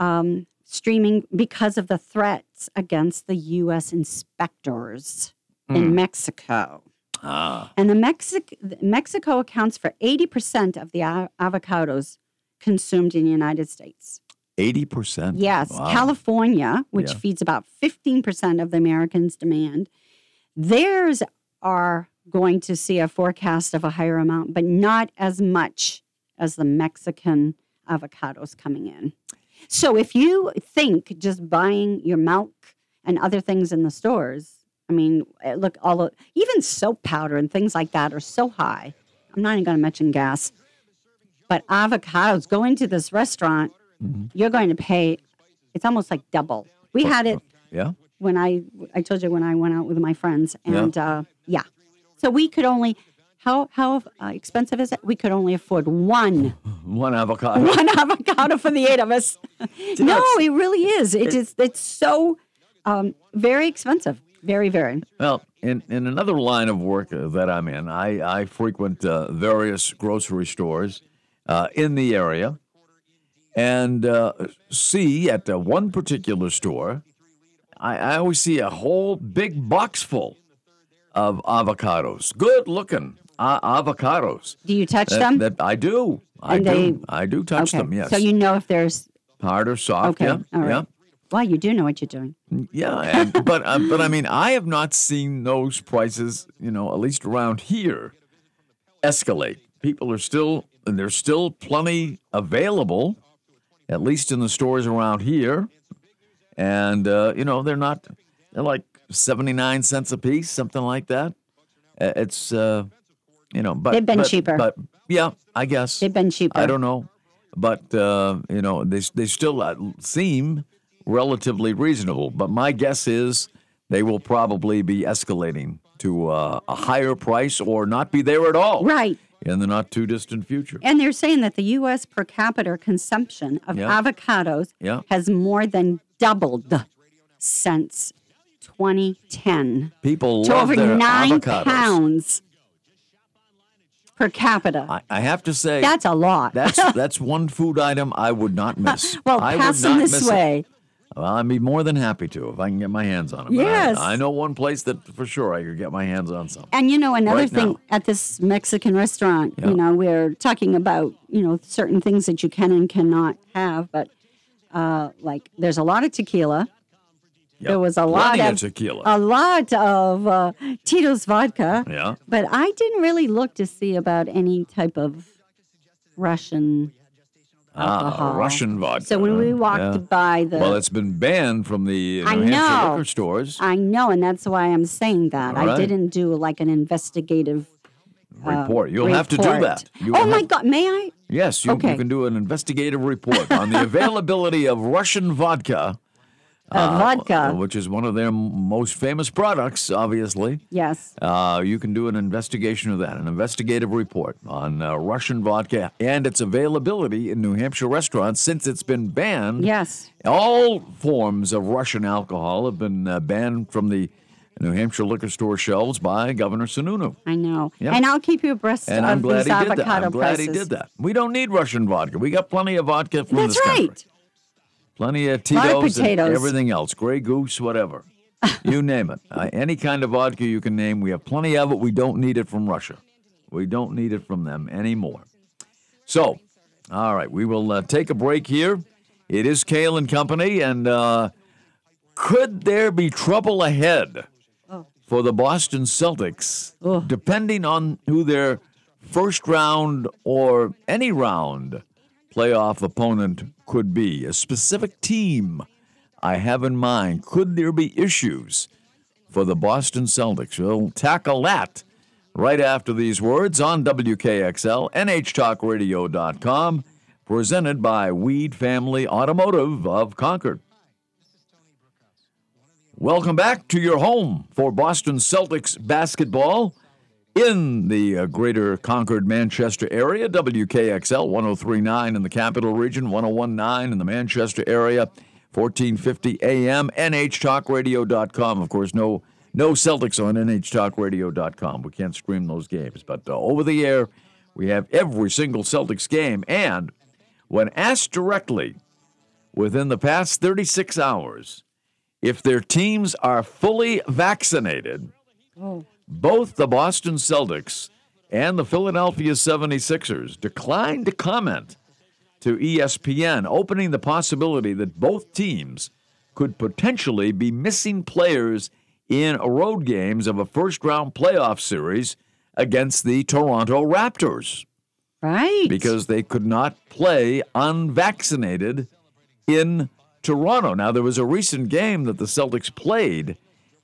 Speaker 2: um, streaming because of the threats against the U.S. inspectors
Speaker 1: Mm.
Speaker 2: in Mexico.
Speaker 1: Ah,
Speaker 2: And the Mexic- Mexico accounts for 80% of the a- avocados consumed in the United States.
Speaker 1: 80%.
Speaker 2: Yes,
Speaker 1: Wow.
Speaker 2: California, which
Speaker 1: Yeah.
Speaker 2: feeds about 15% of the Americans' demand, theirs are going to see a forecast of a higher amount, but not as much as the Mexican avocados coming in. So if you think just buying your milk and other things in the stores, I mean, eh, look, all of, even soap powder and things like that are so high. I'm not even going to mention gas, but avocados go into this restaurant
Speaker 1: Mhm.
Speaker 2: you're going to pay it's almost like double we had it
Speaker 1: Yeah.
Speaker 2: when i i told you when i went out with my friends
Speaker 1: Yeah.
Speaker 2: and uh yeah so we could only how how uh, expensive is it we could only afford one
Speaker 1: One avocado.
Speaker 2: one avocado for the eight of us no
Speaker 1: it's-
Speaker 2: it really is it is it's so um very expensive very very
Speaker 1: Well, in, in another line of work uh, that I'm in, I, I frequent uh, various grocery stores uh, in the area and uh, see at uh, one particular store, I, I always see a whole big box full of avocados. Good looking uh, avocados.
Speaker 2: do you touch
Speaker 1: That,
Speaker 2: them
Speaker 1: that I do. I
Speaker 2: And
Speaker 1: do.
Speaker 2: they-
Speaker 1: I do touch
Speaker 2: okay
Speaker 1: them, yes.
Speaker 2: so you know if there's
Speaker 1: Hard or soft.
Speaker 2: okay
Speaker 1: Yeah.
Speaker 2: all right
Speaker 1: Yeah.
Speaker 2: wow you do know what you're doing
Speaker 1: Yeah, and, but uh, but I mean, I have not seen those prices, you know, at least around here, escalate. People are still and there's still plenty available, at least in the stores around here, and uh, you know they're not they're like seventy nine cents a piece, something like that. Uh, It's uh, you know, but
Speaker 2: They've been
Speaker 1: but-
Speaker 2: cheaper.
Speaker 1: But yeah, I guess
Speaker 2: they've been cheaper
Speaker 1: I don't know, but uh, you know they they still uh, seem relatively reasonable. But my guess is they will probably be escalating to uh, a higher price or not be there at all
Speaker 2: right
Speaker 1: in the not too distant future.
Speaker 2: And they're saying that the U.S. per capita consumption of
Speaker 1: Yeah.
Speaker 2: avocados
Speaker 1: Yeah.
Speaker 2: has more than doubled since 2010
Speaker 1: People
Speaker 2: to
Speaker 1: love
Speaker 2: over
Speaker 1: their
Speaker 2: nine
Speaker 1: avocados.
Speaker 2: pounds per capita.
Speaker 1: I, I have to say
Speaker 2: That's a lot.
Speaker 1: that's that's one food item I would not miss.
Speaker 2: well,
Speaker 1: I
Speaker 2: pass
Speaker 1: would
Speaker 2: them
Speaker 1: not
Speaker 2: this
Speaker 1: miss it.
Speaker 2: way.
Speaker 1: Well, I'd be more than happy to if I can get my hands on it. But I-
Speaker 2: Yes.
Speaker 1: I, know one place that for sure I could get my hands on some.
Speaker 2: And you know, another
Speaker 1: Right
Speaker 2: thing
Speaker 1: now.
Speaker 2: at this Mexican restaurant,
Speaker 1: Yeah.
Speaker 2: you know, we're talking about, you know, certain things that you can and cannot have, but uh, like there's a lot of tequila.
Speaker 1: Yep.
Speaker 2: There was a lot
Speaker 1: Plenty of,
Speaker 2: of
Speaker 1: tequila.
Speaker 2: a lot of uh, Tito's vodka.
Speaker 1: yeah.
Speaker 2: But I didn't really look to see about any type of Russian
Speaker 1: Ah,
Speaker 2: alcohol.
Speaker 1: Russian vodka.
Speaker 2: Uh-huh. So when we walked
Speaker 1: Uh, Yeah.
Speaker 2: by the,
Speaker 1: well, it's been banned from the uh,
Speaker 2: I
Speaker 1: New Hampshire
Speaker 2: know.
Speaker 1: liquor stores.
Speaker 2: I know, and that's why I'm saying that.
Speaker 1: All right.
Speaker 2: I didn't do like an investigative uh,
Speaker 1: report. You'll have to do
Speaker 2: report.
Speaker 1: that. You
Speaker 2: oh
Speaker 1: will
Speaker 2: my
Speaker 1: have-
Speaker 2: God, may I?
Speaker 1: Yes, you, you
Speaker 2: Okay.
Speaker 1: can do an investigative report on the availability of Russian vodka,
Speaker 2: Uh, vodka.
Speaker 1: which is one of their m- most famous products, obviously.
Speaker 2: yes.
Speaker 1: Uh, you can do an investigation of that, an investigative report on uh, Russian vodka and its availability in New Hampshire restaurants since it's been banned.
Speaker 2: Yes.
Speaker 1: All forms of Russian alcohol have been uh, banned from the New Hampshire liquor store shelves by Governor Sununu.
Speaker 2: I know.
Speaker 1: Yeah.
Speaker 2: And I'll keep you abreast
Speaker 1: And
Speaker 2: of
Speaker 1: I'm glad
Speaker 2: these
Speaker 1: he did
Speaker 2: avocado
Speaker 1: that. I'm glad
Speaker 2: prices.
Speaker 1: he did that. We don't need Russian vodka. We got plenty of vodka from
Speaker 2: That's
Speaker 1: this country.
Speaker 2: right.
Speaker 1: Plenty of
Speaker 2: lot of
Speaker 1: Tito's and
Speaker 2: potatoes.
Speaker 1: everything else. Grey Goose, whatever. you name it. Uh, any kind of vodka you can name, we have plenty of it. We don't need it from Russia. We don't need it from them anymore. So, all right, we will uh, take a break here. It is Kale and Company, and uh, could there be trouble ahead for the Boston Celtics,
Speaker 2: Oh.
Speaker 1: depending on who their first round or any round playoff opponent could be, a specific team I have in mind. Could there be issues for the Boston Celtics? We'll tackle that right after these words on WKXL, NHTalkRadio.com, presented by Weed Family Automotive of Concord. Welcome back to your home for Boston Celtics basketball in the uh, greater Concord Manchester area, WKXL 1039 in the capital region, 1019 in the Manchester area, 1450 AM, NHTalkRadio.com. Of course, no no Celtics on NHTalkRadio.com. We can't stream those games, but uh, over the air, we have every single Celtics game. And when asked directly within the past 36 hours if their teams are fully vaccinated,
Speaker 2: Oh,
Speaker 1: both the Boston Celtics and the Philadelphia 76ers declined to comment to E ESPN, opening the possibility that both teams could potentially be missing players in road games of a first round playoff series against the Toronto Raptors
Speaker 2: right.
Speaker 1: because they could not play unvaccinated in Toronto. Now, there was a recent game that the Celtics played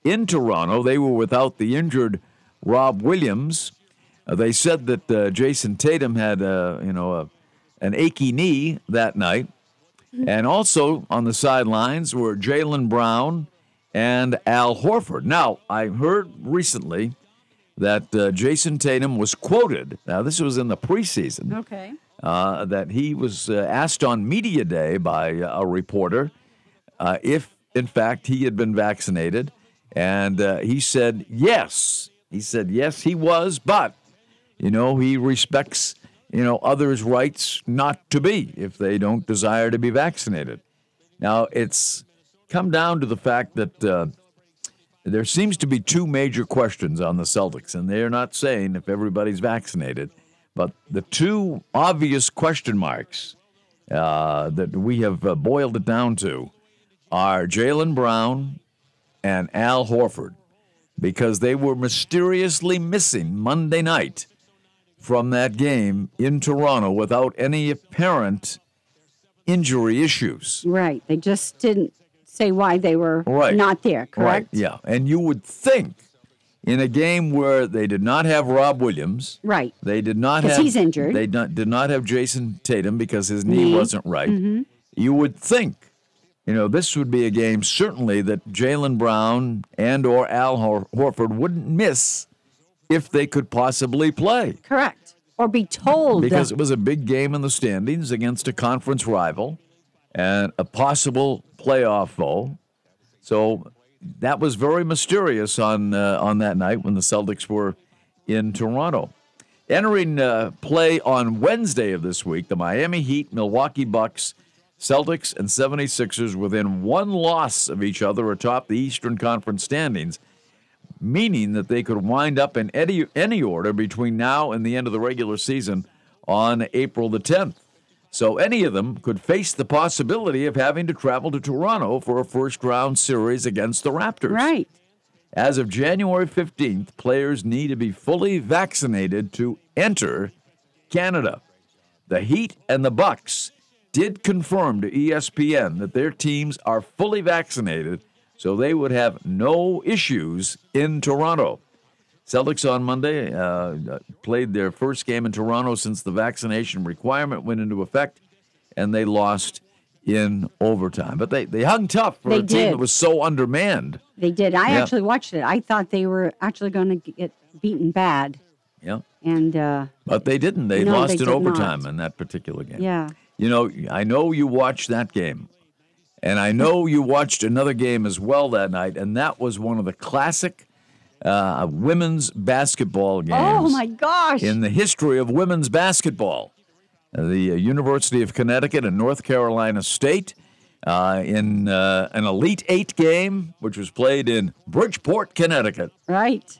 Speaker 1: in Toronto. They were without the injured Rob Williams. Uh, they said that uh, Jason Tatum had, uh, you know, a, an achy knee that night. And also on the sidelines were Jalen Brown and Al Horford. Now, I heard recently that uh, Jason Tatum was quoted. Now, this was in the preseason
Speaker 2: okay.
Speaker 1: uh, that he was uh, asked on media day by uh, a reporter uh, if, in fact, he had been vaccinated. And uh, he said, yes. He said, yes, he was, but, you know, he respects, you know, others' rights not to be if they don't desire to be vaccinated. Now, it's come down to the fact that uh, there seems to be two major questions on the Celtics, and they're not saying if everybody's vaccinated, but the two obvious question marks uh, that we have uh, boiled it down to are Jalen Brown and Al Horford, because they were mysteriously missing Monday night from that game in Toronto without any apparent injury issues.
Speaker 2: Right. They just didn't say why they were
Speaker 1: Right.
Speaker 2: not there,
Speaker 1: Right,
Speaker 2: correct?
Speaker 1: yeah. And you would think in a game where they did not have Rob Williams,
Speaker 2: Right.
Speaker 1: they did not
Speaker 2: 'Cause
Speaker 1: have
Speaker 2: he's injured. Mm-hmm.
Speaker 1: They not, did not have Jason Tatum because his knee,
Speaker 2: Knee.
Speaker 1: wasn't right. You would think, you know, this would be a game certainly that Jalen Brown and or Al Hor- Horford wouldn't miss if they could possibly play
Speaker 2: Correct. Or be told
Speaker 1: because
Speaker 2: that-
Speaker 1: it was a big game in the standings against a conference rival and a possible playoff foe. So that was very mysterious on uh, on that night when the Celtics were in Toronto. Entering uh, play on Wednesday of this week, the Miami Heat, Milwaukee Bucks, Celtics, and 76ers within one loss of each other atop the Eastern Conference standings meaning that they could wind up in any, any order between now and the end of the regular season on April the 10th. So any of them could face the possibility of having to travel to Toronto for a first round series against the Raptors.
Speaker 2: right.
Speaker 1: As of January 15th, players need to be fully vaccinated to enter Canada. The Heat and the Bucks did confirm to E ESPN that their teams are fully vaccinated, so they would have no issues in Toronto. Celtics on Monday uh, played their first game in Toronto since the vaccination requirement went into effect, and they lost in overtime. But they, they hung tough for
Speaker 2: They
Speaker 1: a team
Speaker 2: did.
Speaker 1: that was so undermanned.
Speaker 2: They did. I
Speaker 1: Yeah.
Speaker 2: actually watched it. I thought they were actually going to get beaten bad.
Speaker 1: Yeah.
Speaker 2: And uh,
Speaker 1: But they didn't. They
Speaker 2: No,
Speaker 1: lost
Speaker 2: they
Speaker 1: in
Speaker 2: did not.
Speaker 1: overtime in that particular game.
Speaker 2: yeah.
Speaker 1: You know, I know you watched that game. And I know you watched another game as well that night, and that was one of the classic uh, women's basketball games
Speaker 2: Oh my gosh.
Speaker 1: in the history of women's basketball. The uh, University of Connecticut and North Carolina State uh, in uh, an Elite Eight game, which was played in Bridgeport, Connecticut.
Speaker 2: right.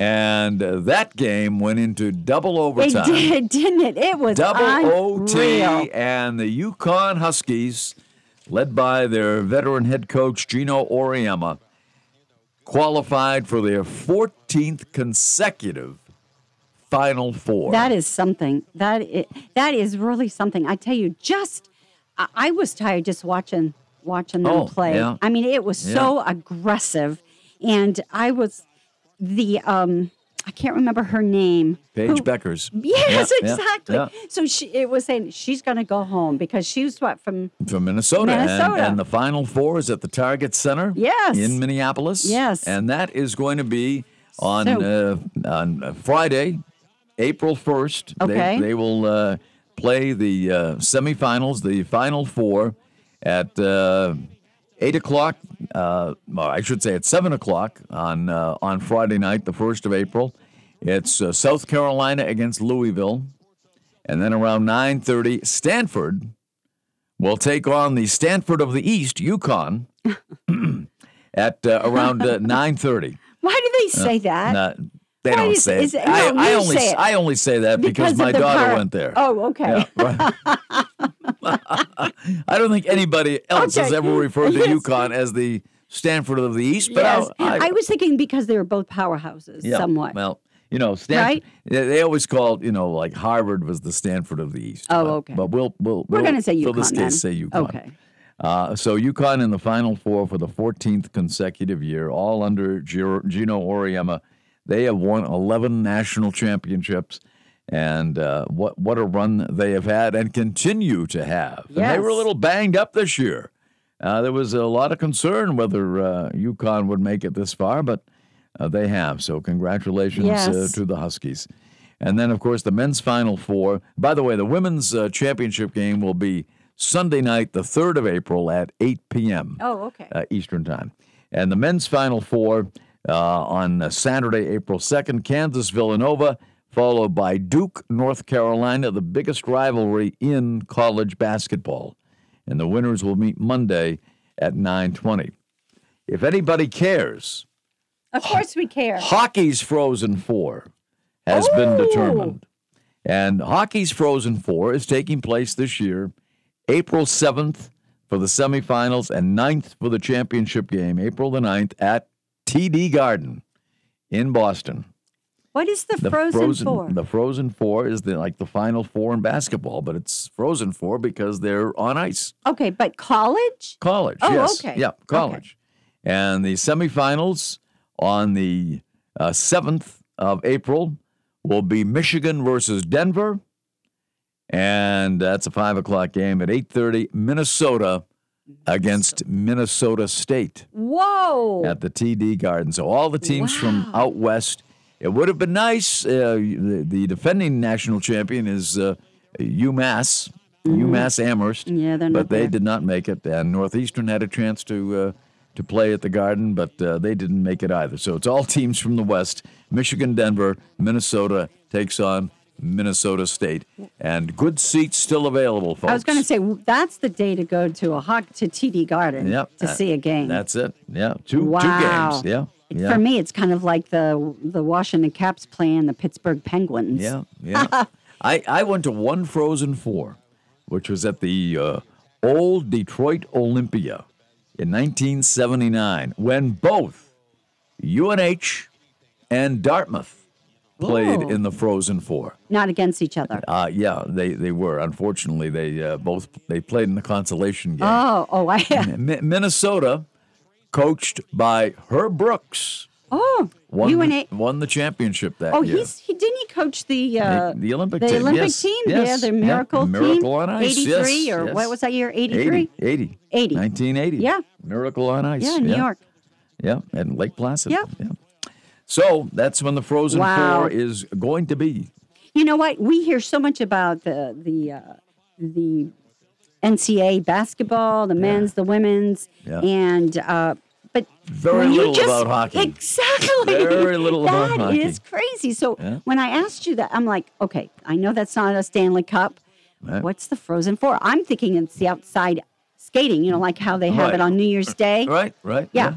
Speaker 1: And uh, that game went into double
Speaker 2: It
Speaker 1: overtime.
Speaker 2: did, didn't it? It was
Speaker 1: Double OT
Speaker 2: unreal.
Speaker 1: and the Yukon Huskies, led by their veteran head coach Gino Oriama, qualified for their 14th consecutive Final Four.
Speaker 2: That is something. That is, that is really something. I tell you, just I, I was tired just watching watching them
Speaker 1: Oh,
Speaker 2: play.
Speaker 1: yeah.
Speaker 2: I mean, it was so aggressive, and I was the um I can't remember her name.
Speaker 1: Paige
Speaker 2: who-
Speaker 1: Beckers.
Speaker 2: Yes,
Speaker 1: Yeah, yeah,
Speaker 2: exactly.
Speaker 1: yeah.
Speaker 2: So she it was saying she's going to go home because she was what from
Speaker 1: From Minnesota. and- And,
Speaker 2: Minnesota.
Speaker 1: the Final Four is at the Target Center.
Speaker 2: Yes.
Speaker 1: In Minneapolis.
Speaker 2: Yes.
Speaker 1: And that is going to be on
Speaker 2: So-
Speaker 1: uh, on uh, Friday, April 1st.
Speaker 2: Okay.
Speaker 1: They, they will uh, play the uh, semifinals, the Final Four, at uh, 8 o'clock. Uh, well, I should say at 7 o'clock on, uh, on Friday night, the 1st of April. It's uh, South Carolina against Louisville. And then around 9:30, Stanford will take on the Stanford of the East, Yukon, at uh, around uh, 9:30.
Speaker 2: why do they say that?
Speaker 1: Uh, they
Speaker 2: Why
Speaker 1: don't
Speaker 2: is-
Speaker 1: say
Speaker 2: is
Speaker 1: it.
Speaker 2: it-
Speaker 1: I,
Speaker 2: no,
Speaker 1: I
Speaker 2: you
Speaker 1: only
Speaker 2: say it.
Speaker 1: I only say that because,
Speaker 2: of
Speaker 1: my
Speaker 2: the
Speaker 1: daughter
Speaker 2: par-
Speaker 1: went there.
Speaker 2: Oh, okay.
Speaker 1: Yeah, right. I don't think anybody else has
Speaker 2: Okay.
Speaker 1: ever referred to
Speaker 2: Yes.
Speaker 1: Yukon as the Stanford of the East, but
Speaker 2: yes.
Speaker 1: I, I-
Speaker 2: I, was thinking because they were both powerhouses
Speaker 1: yeah,
Speaker 2: somewhat.
Speaker 1: Well, you know, Stanford.
Speaker 2: Right?
Speaker 1: They they always called, you know, like Harvard was the Stanford of the East.
Speaker 2: Oh,
Speaker 1: But-
Speaker 2: okay.
Speaker 1: But we'll we'll
Speaker 2: We're going to say
Speaker 1: for
Speaker 2: UConn
Speaker 1: this
Speaker 2: then.
Speaker 1: case say UConn.
Speaker 2: Okay.
Speaker 1: Uh, so UConn in the Final Four for the 14th consecutive year, all under Giro, Gino Oriema. They have won 11 national championships, and uh, what what a run they have had and continue to have. And they were a
Speaker 2: Yes.
Speaker 1: little banged up this year. Uh, there was a lot of concern whether uh, UConn would make it this far, but uh, they have. So congratulations uh,
Speaker 2: Yes.
Speaker 1: to the Huskies. And then, of course, the men's Final Four. By the way, the women's uh, championship game will be Sunday night, the 3rd of April at 8 p.m.
Speaker 2: Oh, okay.
Speaker 1: uh, Eastern Time. And the men's Final Four uh, on uh, Saturday, April 2nd, Kansas Villanova, followed by Duke, North Carolina, the biggest rivalry in college basketball. And the winners will meet Monday at 9:20. If anybody cares, Uh,
Speaker 2: of course we care.
Speaker 1: Hockey's Frozen Four has been
Speaker 2: Oh.
Speaker 1: determined. And Hockey's Frozen Four is taking place this year, April 7th for the semifinals and 9th for the championship game, April the 9th at TD Garden in Boston.
Speaker 2: What is the,
Speaker 1: The
Speaker 2: frozen, Four?
Speaker 1: The Frozen Four is the, like the final four in basketball, but it's Frozen Four because they're on ice.
Speaker 2: okay, but college?
Speaker 1: College.
Speaker 2: Oh,
Speaker 1: yes.
Speaker 2: okay.
Speaker 1: Yeah,
Speaker 2: Okay.
Speaker 1: college. And the semifinals on the uh, 7th of April will be Michigan versus Denver. And that's a 5 o'clock game at 8.30, Minnesota
Speaker 2: Mm-hmm.
Speaker 1: against Minnesota State
Speaker 2: Whoa.
Speaker 1: at the TD Garden. So all the teams from
Speaker 2: Wow.
Speaker 1: out west. It would have been nice. Uh, the, the defending national champion is uh, UMass, UMass Amherst
Speaker 2: Mm. Yeah, they're not
Speaker 1: but they
Speaker 2: there.
Speaker 1: did not make it. And Northeastern had a chance to uh, to play at the Garden, but uh, they didn't make it either. So it's all teams from the West: Michigan, Denver, Minnesota takes on Minnesota State, and good seats still available, folks.
Speaker 2: I was going to say w- that's the day to go to a hock to TD Garden
Speaker 1: Yep,
Speaker 2: to
Speaker 1: uh,
Speaker 2: see a game.
Speaker 1: That's it. Yeah, two
Speaker 2: wow.
Speaker 1: two games. Yeah,
Speaker 2: It-
Speaker 1: yeah.
Speaker 2: For me, it's kind of like the the Washington Caps playing the Pittsburgh Penguins.
Speaker 1: Yeah, yeah. I, I went to one Frozen Four, which was at the uh, old Detroit Olympia in 1979, when both UNH and Dartmouth played
Speaker 2: Whoa.
Speaker 1: in the Frozen Four.
Speaker 2: Not against each other.
Speaker 1: Uh, yeah, they, they were. Unfortunately, they uh, both they played in the consolation game.
Speaker 2: Oh, oh, I.
Speaker 1: Mi- Minnesota, coached by Herb Brooks,
Speaker 2: Oh,
Speaker 1: won,
Speaker 2: you and it.
Speaker 1: won the championship that
Speaker 2: Oh,
Speaker 1: year.
Speaker 2: he's he didn't he coach the
Speaker 1: The-
Speaker 2: uh,
Speaker 1: the Olympic
Speaker 2: the
Speaker 1: team,
Speaker 2: Olympic
Speaker 1: yes,
Speaker 2: team, yeah,
Speaker 1: yes,
Speaker 2: the
Speaker 1: yeah,
Speaker 2: miracle team,
Speaker 1: Miracle on Ice,
Speaker 2: eighty-three
Speaker 1: yes,
Speaker 2: or
Speaker 1: yes.
Speaker 2: what was that year?
Speaker 1: 80,
Speaker 2: Eighty-three.
Speaker 1: 80,
Speaker 2: 80.
Speaker 1: 1980.
Speaker 2: Yeah.
Speaker 1: Miracle on Ice.
Speaker 2: Yeah, New York.
Speaker 1: Yeah, and Lake Placid.
Speaker 2: Yeah.
Speaker 1: So that's when the Frozen
Speaker 2: Wow.
Speaker 1: Four is going to be.
Speaker 2: You know what? We hear so much about the the uh, the NCAA basketball, the men's, the women's,
Speaker 1: Yeah.
Speaker 2: and uh, but
Speaker 1: Very
Speaker 2: when you
Speaker 1: little
Speaker 2: just-
Speaker 1: about hockey.
Speaker 2: Exactly.
Speaker 1: Very little about
Speaker 2: That
Speaker 1: hockey.
Speaker 2: is crazy. So
Speaker 1: Yeah.
Speaker 2: when I asked you that, I'm like, okay, I know that's not a Stanley Cup.
Speaker 1: Right.
Speaker 2: What's the Frozen Four? I'm thinking it's the outside skating. You know, like how they have
Speaker 1: Right.
Speaker 2: it on New Year's Day.
Speaker 1: Right, right.
Speaker 2: Yeah.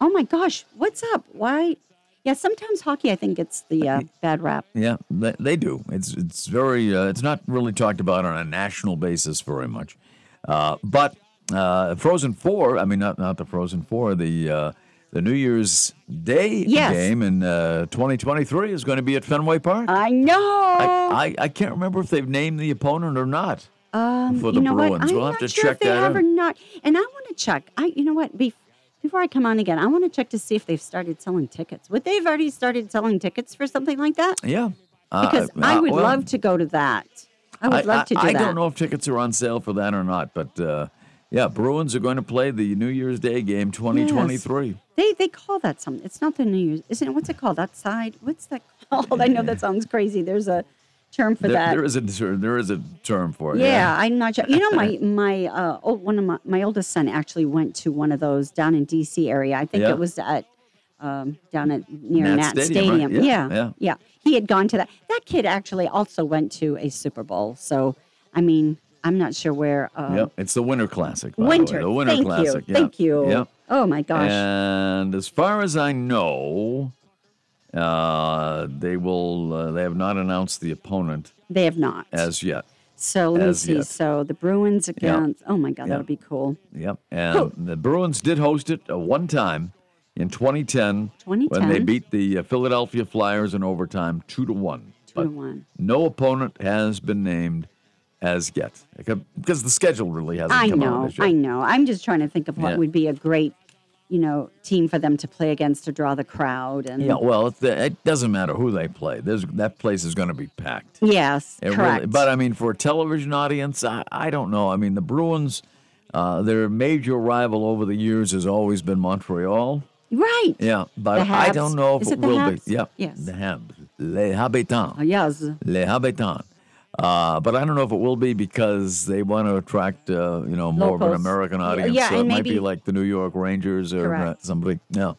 Speaker 2: Oh my gosh, what's up? Why? Yeah, sometimes hockey I think gets the uh, bad rap.
Speaker 1: Yeah, they, they do. It's it's very uh, it's not really talked about on a national basis very much, uh, but uh, Frozen Four. I mean, not not the Frozen Four. The uh, the New Year's Day
Speaker 2: Yes.
Speaker 1: game in uh, 2023 is going to be at Fenway Park.
Speaker 2: I know.
Speaker 1: I, I can't remember if they've named the opponent or not
Speaker 2: Um,
Speaker 1: for the
Speaker 2: you know
Speaker 1: Bruins.
Speaker 2: What? I'm
Speaker 1: we'll have
Speaker 2: not
Speaker 1: to
Speaker 2: sure
Speaker 1: check
Speaker 2: if they
Speaker 1: that
Speaker 2: have
Speaker 1: out.
Speaker 2: or not. And I want to check. I, you know what? Bef- before I come on again, I want to check to see if they've started selling tickets. Would they've already started selling tickets for something like that?
Speaker 1: Yeah. Uh,
Speaker 2: Because I
Speaker 1: uh,
Speaker 2: would
Speaker 1: well,
Speaker 2: love to go to that. I would love to do
Speaker 1: I
Speaker 2: that.
Speaker 1: don't know if tickets are on sale for that or not, but uh, yeah, Bruins are going to play the New Year's Day game 2023.
Speaker 2: They they call that something. It's not the New Year's, isn't it? What's it called? Outside? What's that called? I know that sounds crazy. There's a term for
Speaker 1: There-
Speaker 2: that.
Speaker 1: there is a ter- there is a term for it.
Speaker 2: Yeah, I'm not sure. You know, my my uh, oh, one of my my oldest son actually went to one of those down in D.C. area. I think
Speaker 1: Yeah.
Speaker 2: it was at um, down at near
Speaker 1: Nat
Speaker 2: Nat,
Speaker 1: Stadium, right? Yeah,
Speaker 2: Yeah,
Speaker 1: yeah.
Speaker 2: He had gone to that. That kid actually also went to a Super Bowl. So, I mean, I'm not sure where. Uh,
Speaker 1: Yep, it's the Winter Classic. by the way,
Speaker 2: Winter.
Speaker 1: the Winter
Speaker 2: Thank
Speaker 1: Classic.
Speaker 2: you.
Speaker 1: yeah,
Speaker 2: Thank you.
Speaker 1: Yep.
Speaker 2: Oh my gosh.
Speaker 1: And as far as I know, uh, they will. Uh, they have not announced the opponent
Speaker 2: they have not.
Speaker 1: as yet.
Speaker 2: so let me
Speaker 1: as
Speaker 2: see.
Speaker 1: yet.
Speaker 2: So the Bruins against. Oh my God,
Speaker 1: Yeah.
Speaker 2: that would be cool.
Speaker 1: Yep. And the Bruins did host it uh, one time in 2010, when they
Speaker 2: 2010.
Speaker 1: beat the uh, Philadelphia Flyers in overtime, two to one.
Speaker 2: Two
Speaker 1: But
Speaker 2: to one.
Speaker 1: no opponent has been named as yet because the schedule really hasn't
Speaker 2: I
Speaker 1: come
Speaker 2: know,
Speaker 1: out as yet.
Speaker 2: I know. I'm just trying to think of what
Speaker 1: Yeah.
Speaker 2: would be a great, you know, team for them to play against to draw the crowd. And
Speaker 1: Yeah, well, it, it doesn't matter who they play. There's, that place is going to be packed.
Speaker 2: yes,
Speaker 1: It
Speaker 2: correct.
Speaker 1: Really, but I mean, for a television audience, I, I don't know. I mean, the Bruins, uh, their major rival over the years has always been Montreal.
Speaker 2: right.
Speaker 1: Yeah, but
Speaker 2: The
Speaker 1: I
Speaker 2: Habs?
Speaker 1: don't know if
Speaker 2: Is
Speaker 1: it,
Speaker 2: it the
Speaker 1: will
Speaker 2: Habs?
Speaker 1: be. Yeah,
Speaker 2: Yes.
Speaker 1: the Habs, les
Speaker 2: Oh,
Speaker 1: habitants,
Speaker 2: yes.
Speaker 1: les habitants. Uh, but I don't know if it will be because they want to attract, uh, you know, more of an
Speaker 2: Locals.
Speaker 1: American
Speaker 2: Yeah,
Speaker 1: audience.
Speaker 2: yeah,
Speaker 1: so it
Speaker 2: and
Speaker 1: might be
Speaker 2: maybe-
Speaker 1: like the New York Rangers or uh,
Speaker 2: Correct.
Speaker 1: somebody. Yeah.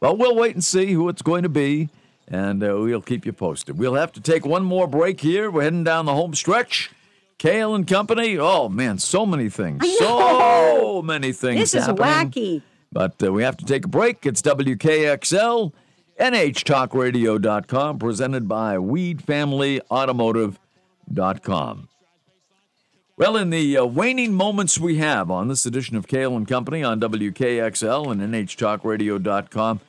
Speaker 1: But we'll wait and see who it's going to be, and uh, we'll keep you posted. We'll have to take one more break here. We're heading down the home stretch. Kale and company. Oh man, so many things. So many things.
Speaker 2: This is
Speaker 1: happening.
Speaker 2: wacky.
Speaker 1: But uh, we have to take a break. It's WKXL, NHTalkRadio.com, presented by WeedFamilyAutomotive.com. Well, in the uh, waning moments we have on this edition of Kale and Company on WKXL and NHTalkRadio.com,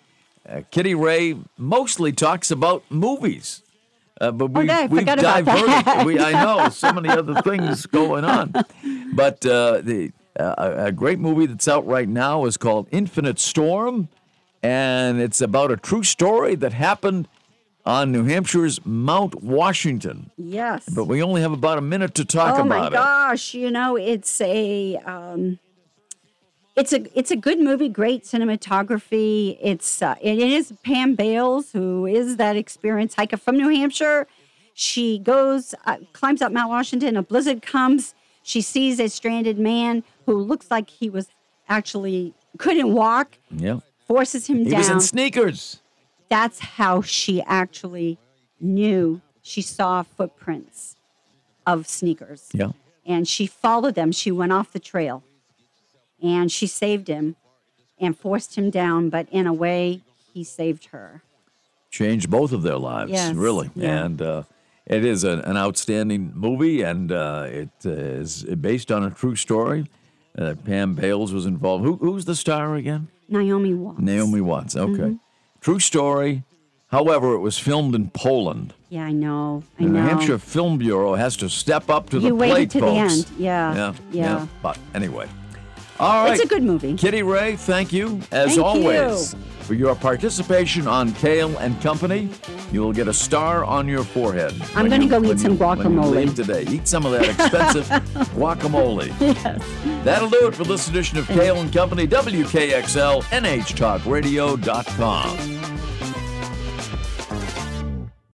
Speaker 1: uh, Kitty Ray mostly talks about movies. Uh, but we,
Speaker 2: yeah, Oh, I
Speaker 1: we've
Speaker 2: forgot about that.
Speaker 1: diverted. We, I know so many other things going on, but uh, the uh, a- a great movie that's out right now is called Infinite Storm, and it's about a true story that happened on New Hampshire's Mount Washington.
Speaker 2: Yes.
Speaker 1: But we only have about a minute to talk
Speaker 2: oh my
Speaker 1: about it.
Speaker 2: gosh, you know, it's a um it's a it's a good movie, great cinematography. It's uh, it is Pam Bales who is that experienced hiker from New Hampshire. She goes uh, climbs up Mount Washington, a blizzard comes. She sees a stranded man who looks like he was actually couldn't walk,
Speaker 1: Yeah,
Speaker 2: forces him
Speaker 1: he
Speaker 2: down
Speaker 1: was in sneakers.
Speaker 2: that's how she actually knew she saw footprints of sneakers.
Speaker 1: Yeah.
Speaker 2: And she followed them. She went off the trail and she saved him and forced him down, but in a way, he saved her.
Speaker 1: changed both of their lives,
Speaker 2: Yes,
Speaker 1: really.
Speaker 2: yeah.
Speaker 1: And uh, it is an, an outstanding movie, and uh, it is based on a true story. Uh, Pam Bales was involved. Who, who's the star again?
Speaker 2: Naomi Watts.
Speaker 1: Naomi Watts. Okay,
Speaker 2: Mm-hmm.
Speaker 1: true story. However, it was filmed in Poland.
Speaker 2: Yeah, I know. I
Speaker 1: The
Speaker 2: know.
Speaker 1: New Hampshire Film Bureau has to step up to the
Speaker 2: You
Speaker 1: plate,
Speaker 2: waited to the
Speaker 1: folks.
Speaker 2: end. Yeah,
Speaker 1: yeah,
Speaker 2: yeah.
Speaker 1: But anyway, all right.
Speaker 2: It's a good movie.
Speaker 1: Kitty Ray, thank you, as
Speaker 2: Thank you.
Speaker 1: always, for your participation on Kale and Company. You will get a star on your forehead.
Speaker 2: I'm
Speaker 1: when
Speaker 2: gonna
Speaker 1: you-
Speaker 2: go eat
Speaker 1: when
Speaker 2: some
Speaker 1: you- when you
Speaker 2: guacamole.
Speaker 1: leave today. Eat some of that expensive guacamole. Yes. That'll do it for this edition of Kale and Company, WKXL, NHTalkRadio.com.